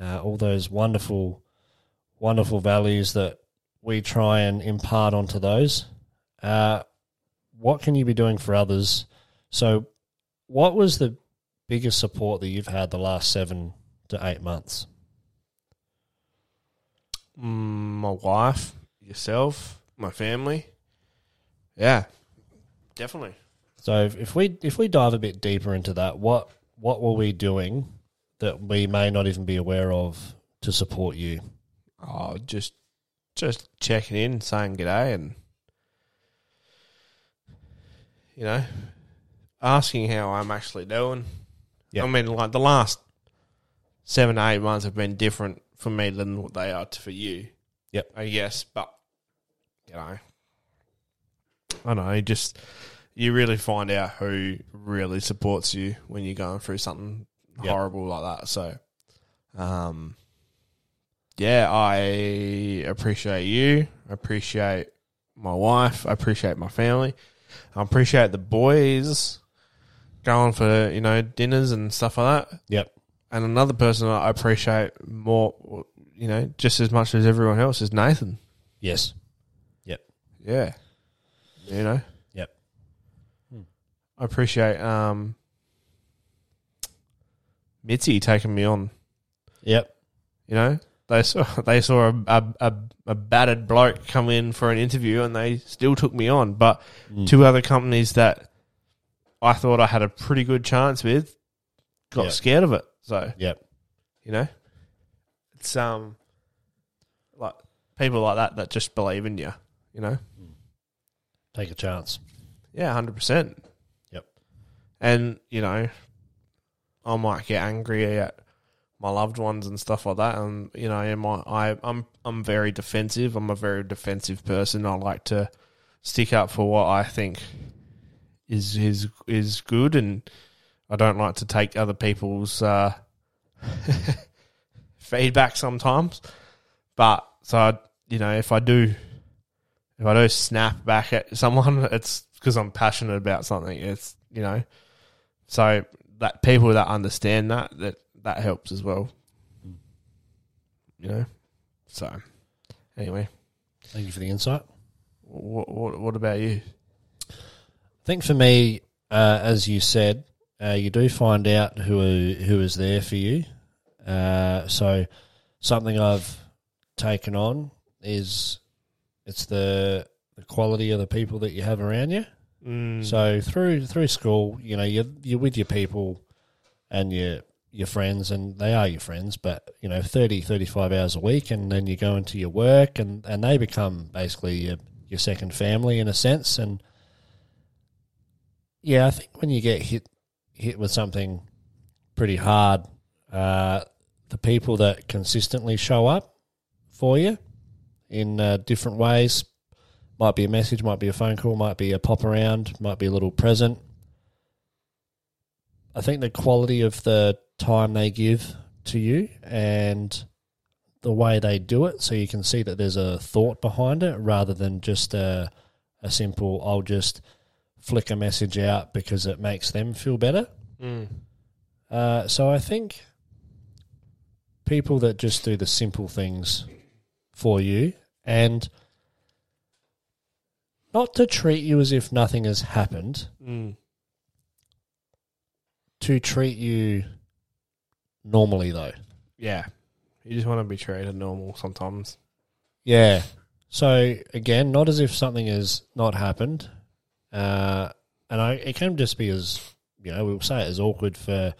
S2: uh, all those wonderful, wonderful values that we try and impart onto those. Uh, what can you be doing for others? So, what was the biggest support that you've had the last seven to eight months?
S1: Mm, my wife, yourself, my family. Yeah, definitely.
S2: So, if, if we if we dive a bit deeper into that, what what were we doing that we may not even be aware of to support you?
S1: Oh, just just checking in, saying g'day, and you know, asking how I'm actually doing.
S2: Yeah.
S1: I mean, like the last seven to eight months have been different for me than what they are to, for you.
S2: Yep.
S1: I guess, but you know, I don't know. you Just you really find out who really supports you when you're going through something
S2: Yep.
S1: horrible like that. So, um, yeah, I appreciate you. I appreciate my wife. I appreciate my family. I appreciate the boys going for you know dinners and stuff like that
S2: Yep.
S1: and another person I appreciate more, you know, just as much as everyone else is Nathan.
S2: Yes. Yep.
S1: Yeah, you know,
S2: Yep.
S1: I appreciate um, Mitzi taking me on.
S2: Yep.
S1: You know, they saw they saw a a, a, a battered bloke come in for an interview, and they still took me on. But two other companies that I thought I had a pretty good chance with got
S2: Yeah.
S1: scared of it. So
S2: Yep.
S1: You know, it's um, like people like that that just believe in you. You know,
S2: Take a chance.
S1: yeah, hundred percent.
S2: Yep.
S1: And you know, I might get angry at my loved ones and stuff like that. And you know, am I, I I'm I'm very defensive. I'm a very defensive person. I like to stick up for what I think is is is good, and I don't like to take other people's uh, feedback sometimes. But so I, you know, if I do, if I do snap back at someone, it's because I'm passionate about something. It's you know, so that people that understand that that that helps as well. You know, so anyway,
S2: Thank you for the insight.
S1: what what, what about you?
S2: I think for me, uh, as you said, uh, you do find out who who is there for you. Uh, so something I've taken on is it's the the quality of the people that you have around you. So through through school, you know, you're you're with your people and your your friends and they are your friends, but you know, 30, 35 hours a week and then you go into your work and, and they become basically your your second family in a sense and yeah, I think when you get hit hit with something pretty hard, uh, the people that consistently show up for you in uh, different ways might be a message, might be a phone call, might be a pop around, might be a little present. I think the quality of the time they give to you and the way they do it, so you can see that there's a thought behind it rather than just a, a simple, I'll just flick a message out because it makes them feel better. Uh, so I think people that just do the simple things for you and not to treat you as if nothing has happened, to treat you normally though.
S1: Yeah, you just want to be treated normal sometimes.
S2: Yeah. So again, not as if something has not happened, uh, and I, it can just be as you know we'll say it as awkward for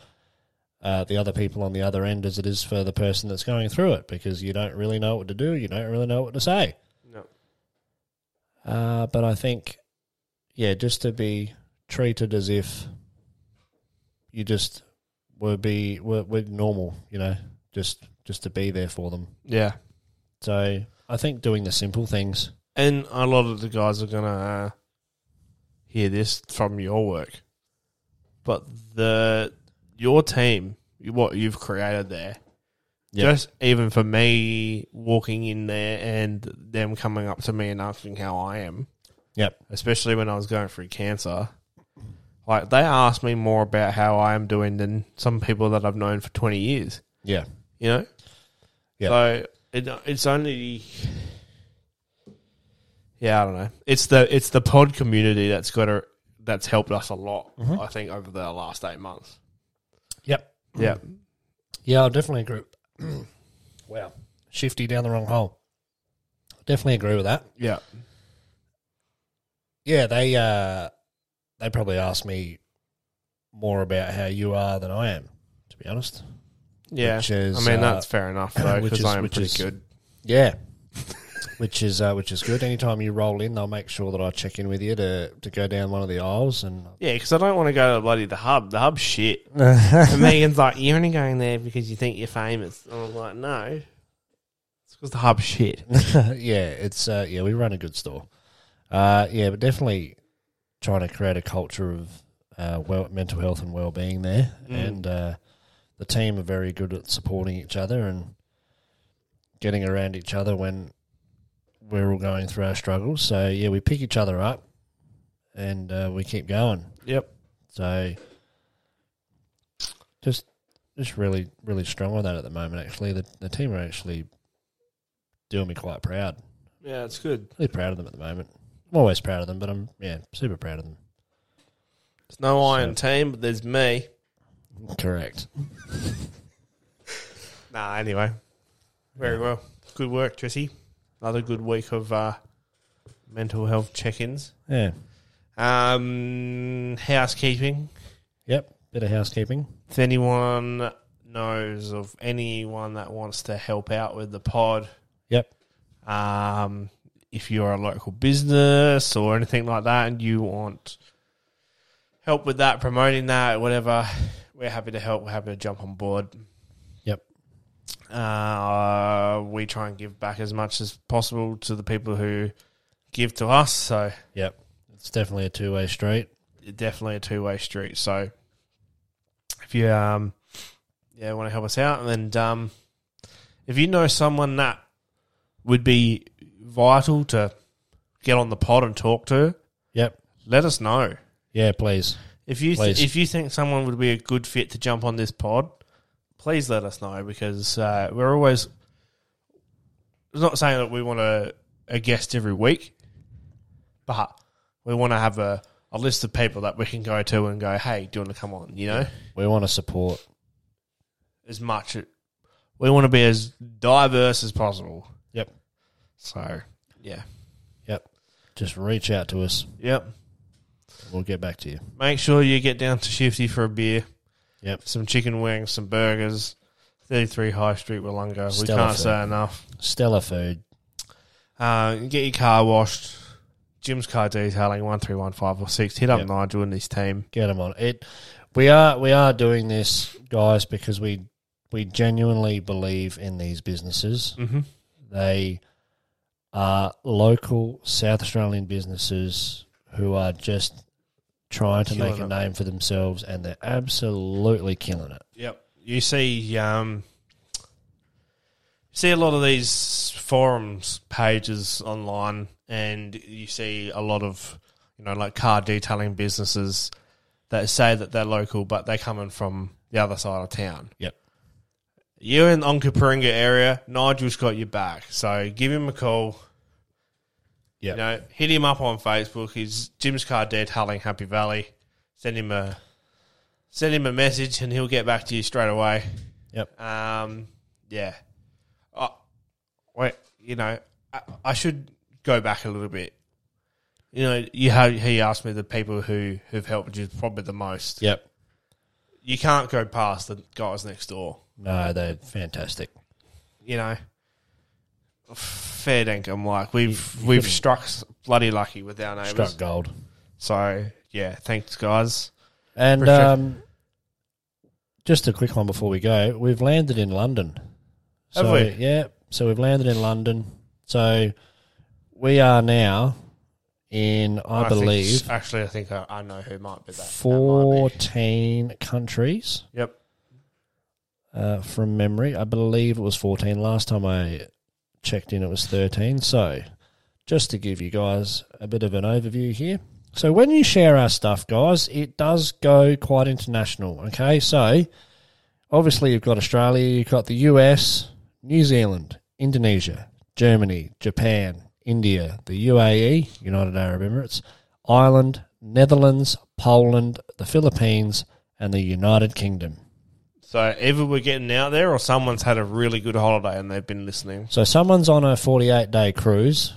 S2: uh, the other people on the other end as it is for the person that's going through it because you don't really know what to do, you don't really know what to say.
S1: No.
S2: Uh, but I think, yeah, just to be treated as if you just were be were, were normal, you know, just just to be there for them.
S1: Yeah,
S2: So I think doing the simple things.
S1: and a lot of the guys are gonna uh, hear this from your work, but the your team, what you've created there,
S2: Yeah.
S1: just even for me walking in there and them coming up to me and asking how I am,
S2: Yep.
S1: especially when I was going through cancer. Like they asked me more about how I am doing than some people that I've known for twenty years.
S2: Yeah.
S1: You know,
S2: Yeah.
S1: So it, it's only, yeah, I don't know. It's the it's the pod community that's got a that's helped us a lot.
S2: Mm-hmm.
S1: I think over the last eight months.
S2: Yep.
S1: Yeah,
S2: Yeah, I definitely agree. wow. Shifty down the wrong hole. Definitely agree with that.
S1: yeah,
S2: Yeah, they uh they probably ask me more about how you are than I am, to be honest.
S1: yeah.
S2: Which is,
S1: I mean,
S2: uh,
S1: that's fair enough though,
S2: which
S1: because
S2: is-
S1: I am
S2: which
S1: pretty
S2: is-
S1: good.
S2: Yeah. which is uh, which is good. Anytime you roll in, they'll make sure that I check in with you to, to go down one of the aisles. And
S1: Yeah, because I don't want to go to bloody the hub. The hub's shit. and Megan's like, you're only going there because you think you're famous. And I'm like, no. It's because the hub's shit.
S2: yeah, it's uh, yeah, we run a good store. Uh, yeah, but definitely trying to create a culture of uh, well, mental health and well being there, and uh, the team are very good at supporting each other and getting around each other when we're all going through our struggles. So yeah, we pick each other up and uh, we keep going.
S1: Yep.
S2: So just just really really strong on that at the moment. Actually, the the team are actually doing me quite proud.
S1: Yeah, it's good.
S2: Really proud of them at the moment. I'm always proud of them, but I'm yeah super proud of them.
S1: There's no iron team, but there's me.
S2: Correct.
S1: Nah, anyway. Very well. Good work, Jesse. Another good week of uh, mental health check ins.
S2: Yeah.
S1: Um, housekeeping.
S2: Yep. Bit of housekeeping.
S1: If anyone knows of anyone that wants to help out with the pod,
S2: Yep.
S1: um, if you're a local business or anything like that and you want help with that, promoting that, whatever, we're happy to help. We're happy to jump on board.
S2: Yep.
S1: Uh, we try and give back as much as possible to the people who give to us. So
S2: Yep. It's definitely a two way street.
S1: definitely a two way street. So if you um yeah want to help us out, and um if you know someone that would be vital to get on the pod and talk to,
S2: Yep.
S1: let us know.
S2: Yeah. Please.
S1: If you th-
S2: Please.
S1: if you think someone would be a good fit to jump on this pod, please let us know because uh, we're always. It's not saying that we want a, a guest every week, but we want to have a, a list of people that we can go to and go, hey, do you want to come on? You know,
S2: We want to support.
S1: as much. We want to be as diverse as possible.
S2: Yep.
S1: So, yeah.
S2: Yep. Just reach out to us.
S1: Yep.
S2: We'll get back to you.
S1: Make sure you get down to Shifty for a beer.
S2: Yep.
S1: some chicken wings, some burgers. 33 High Street, Wollongo. We
S2: Stellar
S1: can't
S2: food.
S1: say enough.
S2: Stellar food.
S1: Uh, get your car washed. Jim's Car Detailing, 13156. Hit up
S2: Yep.
S1: Nigel and his team.
S2: get them on it. We are we are doing this, guys, because we we genuinely believe in these businesses.
S1: Mhm.
S2: They are local South Australian businesses who are just trying to
S1: Killing
S2: make a
S1: it.
S2: name for themselves, and they're absolutely killing it.
S1: Yep. You see, um, see a lot of these forums pages online, and you see a lot of you know like car detailing businesses that say that they're local, but they're coming from the other side of town.
S2: Yep.
S1: You're in the Onkaparinga area. Nigel's got your back, so give him a call.
S2: Yeah.
S1: You know, hit him up on Facebook. He's Jim's Car Detailing Happy Valley. Send him a send him a message, and he'll get back to you straight away.
S2: Yep.
S1: Um, yeah. Oh, wait, you know, I, I should go back a little bit. You know, you how he asked me the people who who've helped you probably the most.
S2: Yep.
S1: You can't go past the guys next door.
S2: No, they're fantastic.
S1: You know, fair dinkum. I'm like we've we've struck s- bloody lucky with our neighbours.
S2: Struck gold.
S1: So yeah, thanks guys.
S2: And
S1: For sure.
S2: um, just a quick one before we go. We've landed in London.
S1: Have
S2: so,
S1: we?
S2: Yeah. So we've landed in London. So we are now in, I,
S1: think-
S2: believe,
S1: actually, I think I, I know who might be that. that might be.
S2: 14 countries
S1: Yep.
S2: uh, from memory. I believe it was 14. Last time I checked in, it was 13. So, just to give you guys a bit of an overview here. So, when you share our stuff, guys, it does go quite international. Okay. So, obviously, you've got Australia, you've got the US, New Zealand, Indonesia, Germany, Japan, India, the UAE, United Arab Emirates, Ireland, Netherlands, Poland, the Philippines, and the United Kingdom.
S1: So either we're getting out there, or someone's had a really good holiday and they've been listening.
S2: So someone's on a 48 day cruise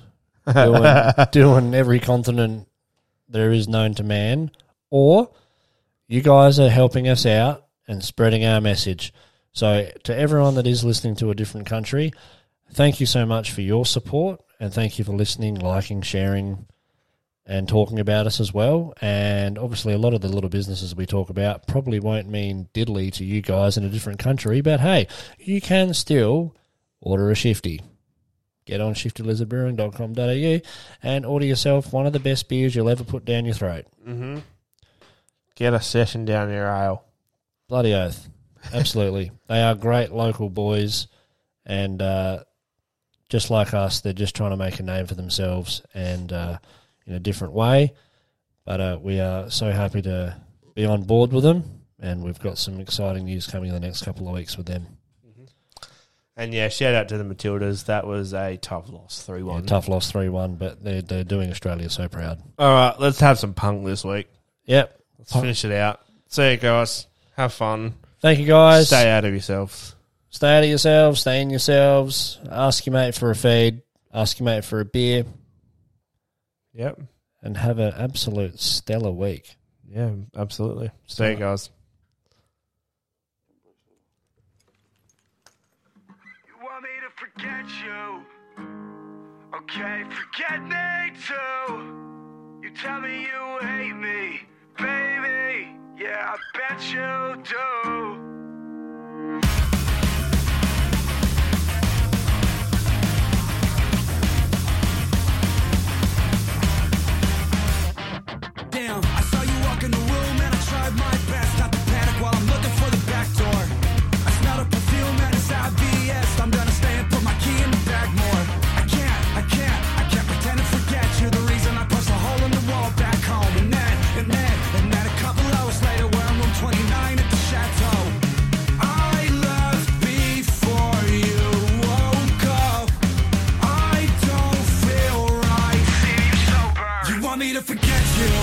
S2: doing, doing every continent there is known to man, or you guys are helping us out and spreading our message. So, to everyone that is listening to a different country, thank you so much for your support And thank you for listening, liking, sharing, and talking about us as well. And obviously, a lot of the little businesses we talk about probably won't mean diddly to you guys in a different country, but hey, you can still order a shifty. Get on shiftylizardbrewing.com.au and order yourself one of the best beers you'll ever put down your throat.
S1: Get a session down your aisle.
S2: Bloody oath. Absolutely. they are great local boys. And uh, just like us, they're just trying to make a name for themselves and uh, in a different way. But uh, we are so happy to be on board with them. And we've got some exciting news coming in the next couple of weeks with them.
S1: And yeah, shout out to the Matildas. That was a tough loss, three
S2: Yeah,
S1: one.
S2: tough loss 3 1, but they're, they're doing Australia so proud.
S1: All right, let's have some punk this week.
S2: Yep.
S1: Let's finish it out. See you guys. Have fun.
S2: Thank you, guys.
S1: Stay out of yourselves.
S2: stay out of yourselves, stay in yourselves. Ask your mate for a feed, ask your mate for a beer,
S1: Yep.
S2: and have an absolute stellar week.
S1: Yeah, absolutely. See you guys.
S4: You want me to forget you? Okay, forget me too. You tell me you hate me, baby. Yeah, I bet you do.
S5: Damn, I saw you walk in the room and I tried my best not to panic while I'm looking for the back door. I smelled a perfume and it's obvious. I'm gonna stay and put my key in the bag more. I can't, I can't, I can't pretend to forget you. The reason I punched a hole in the wall back home. And then, and then, and then a couple hours later, we're in room 29 at the chateau. I left before you woke up. I don't feel right.
S4: See you sober.
S5: You want me to forget you?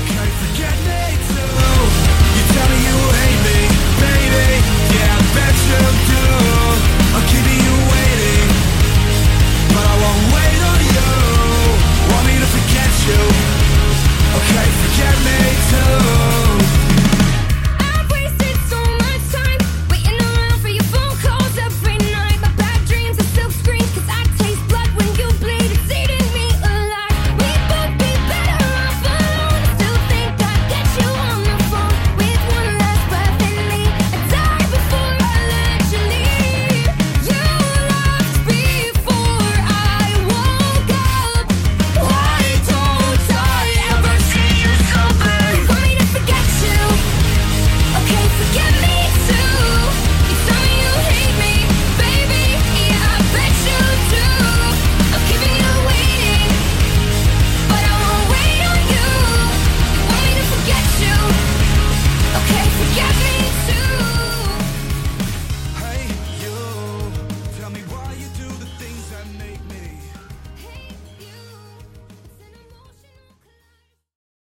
S5: Okay, forget me too. You tell me you hate me, baby. Yeah, I bet you do. I'll give you away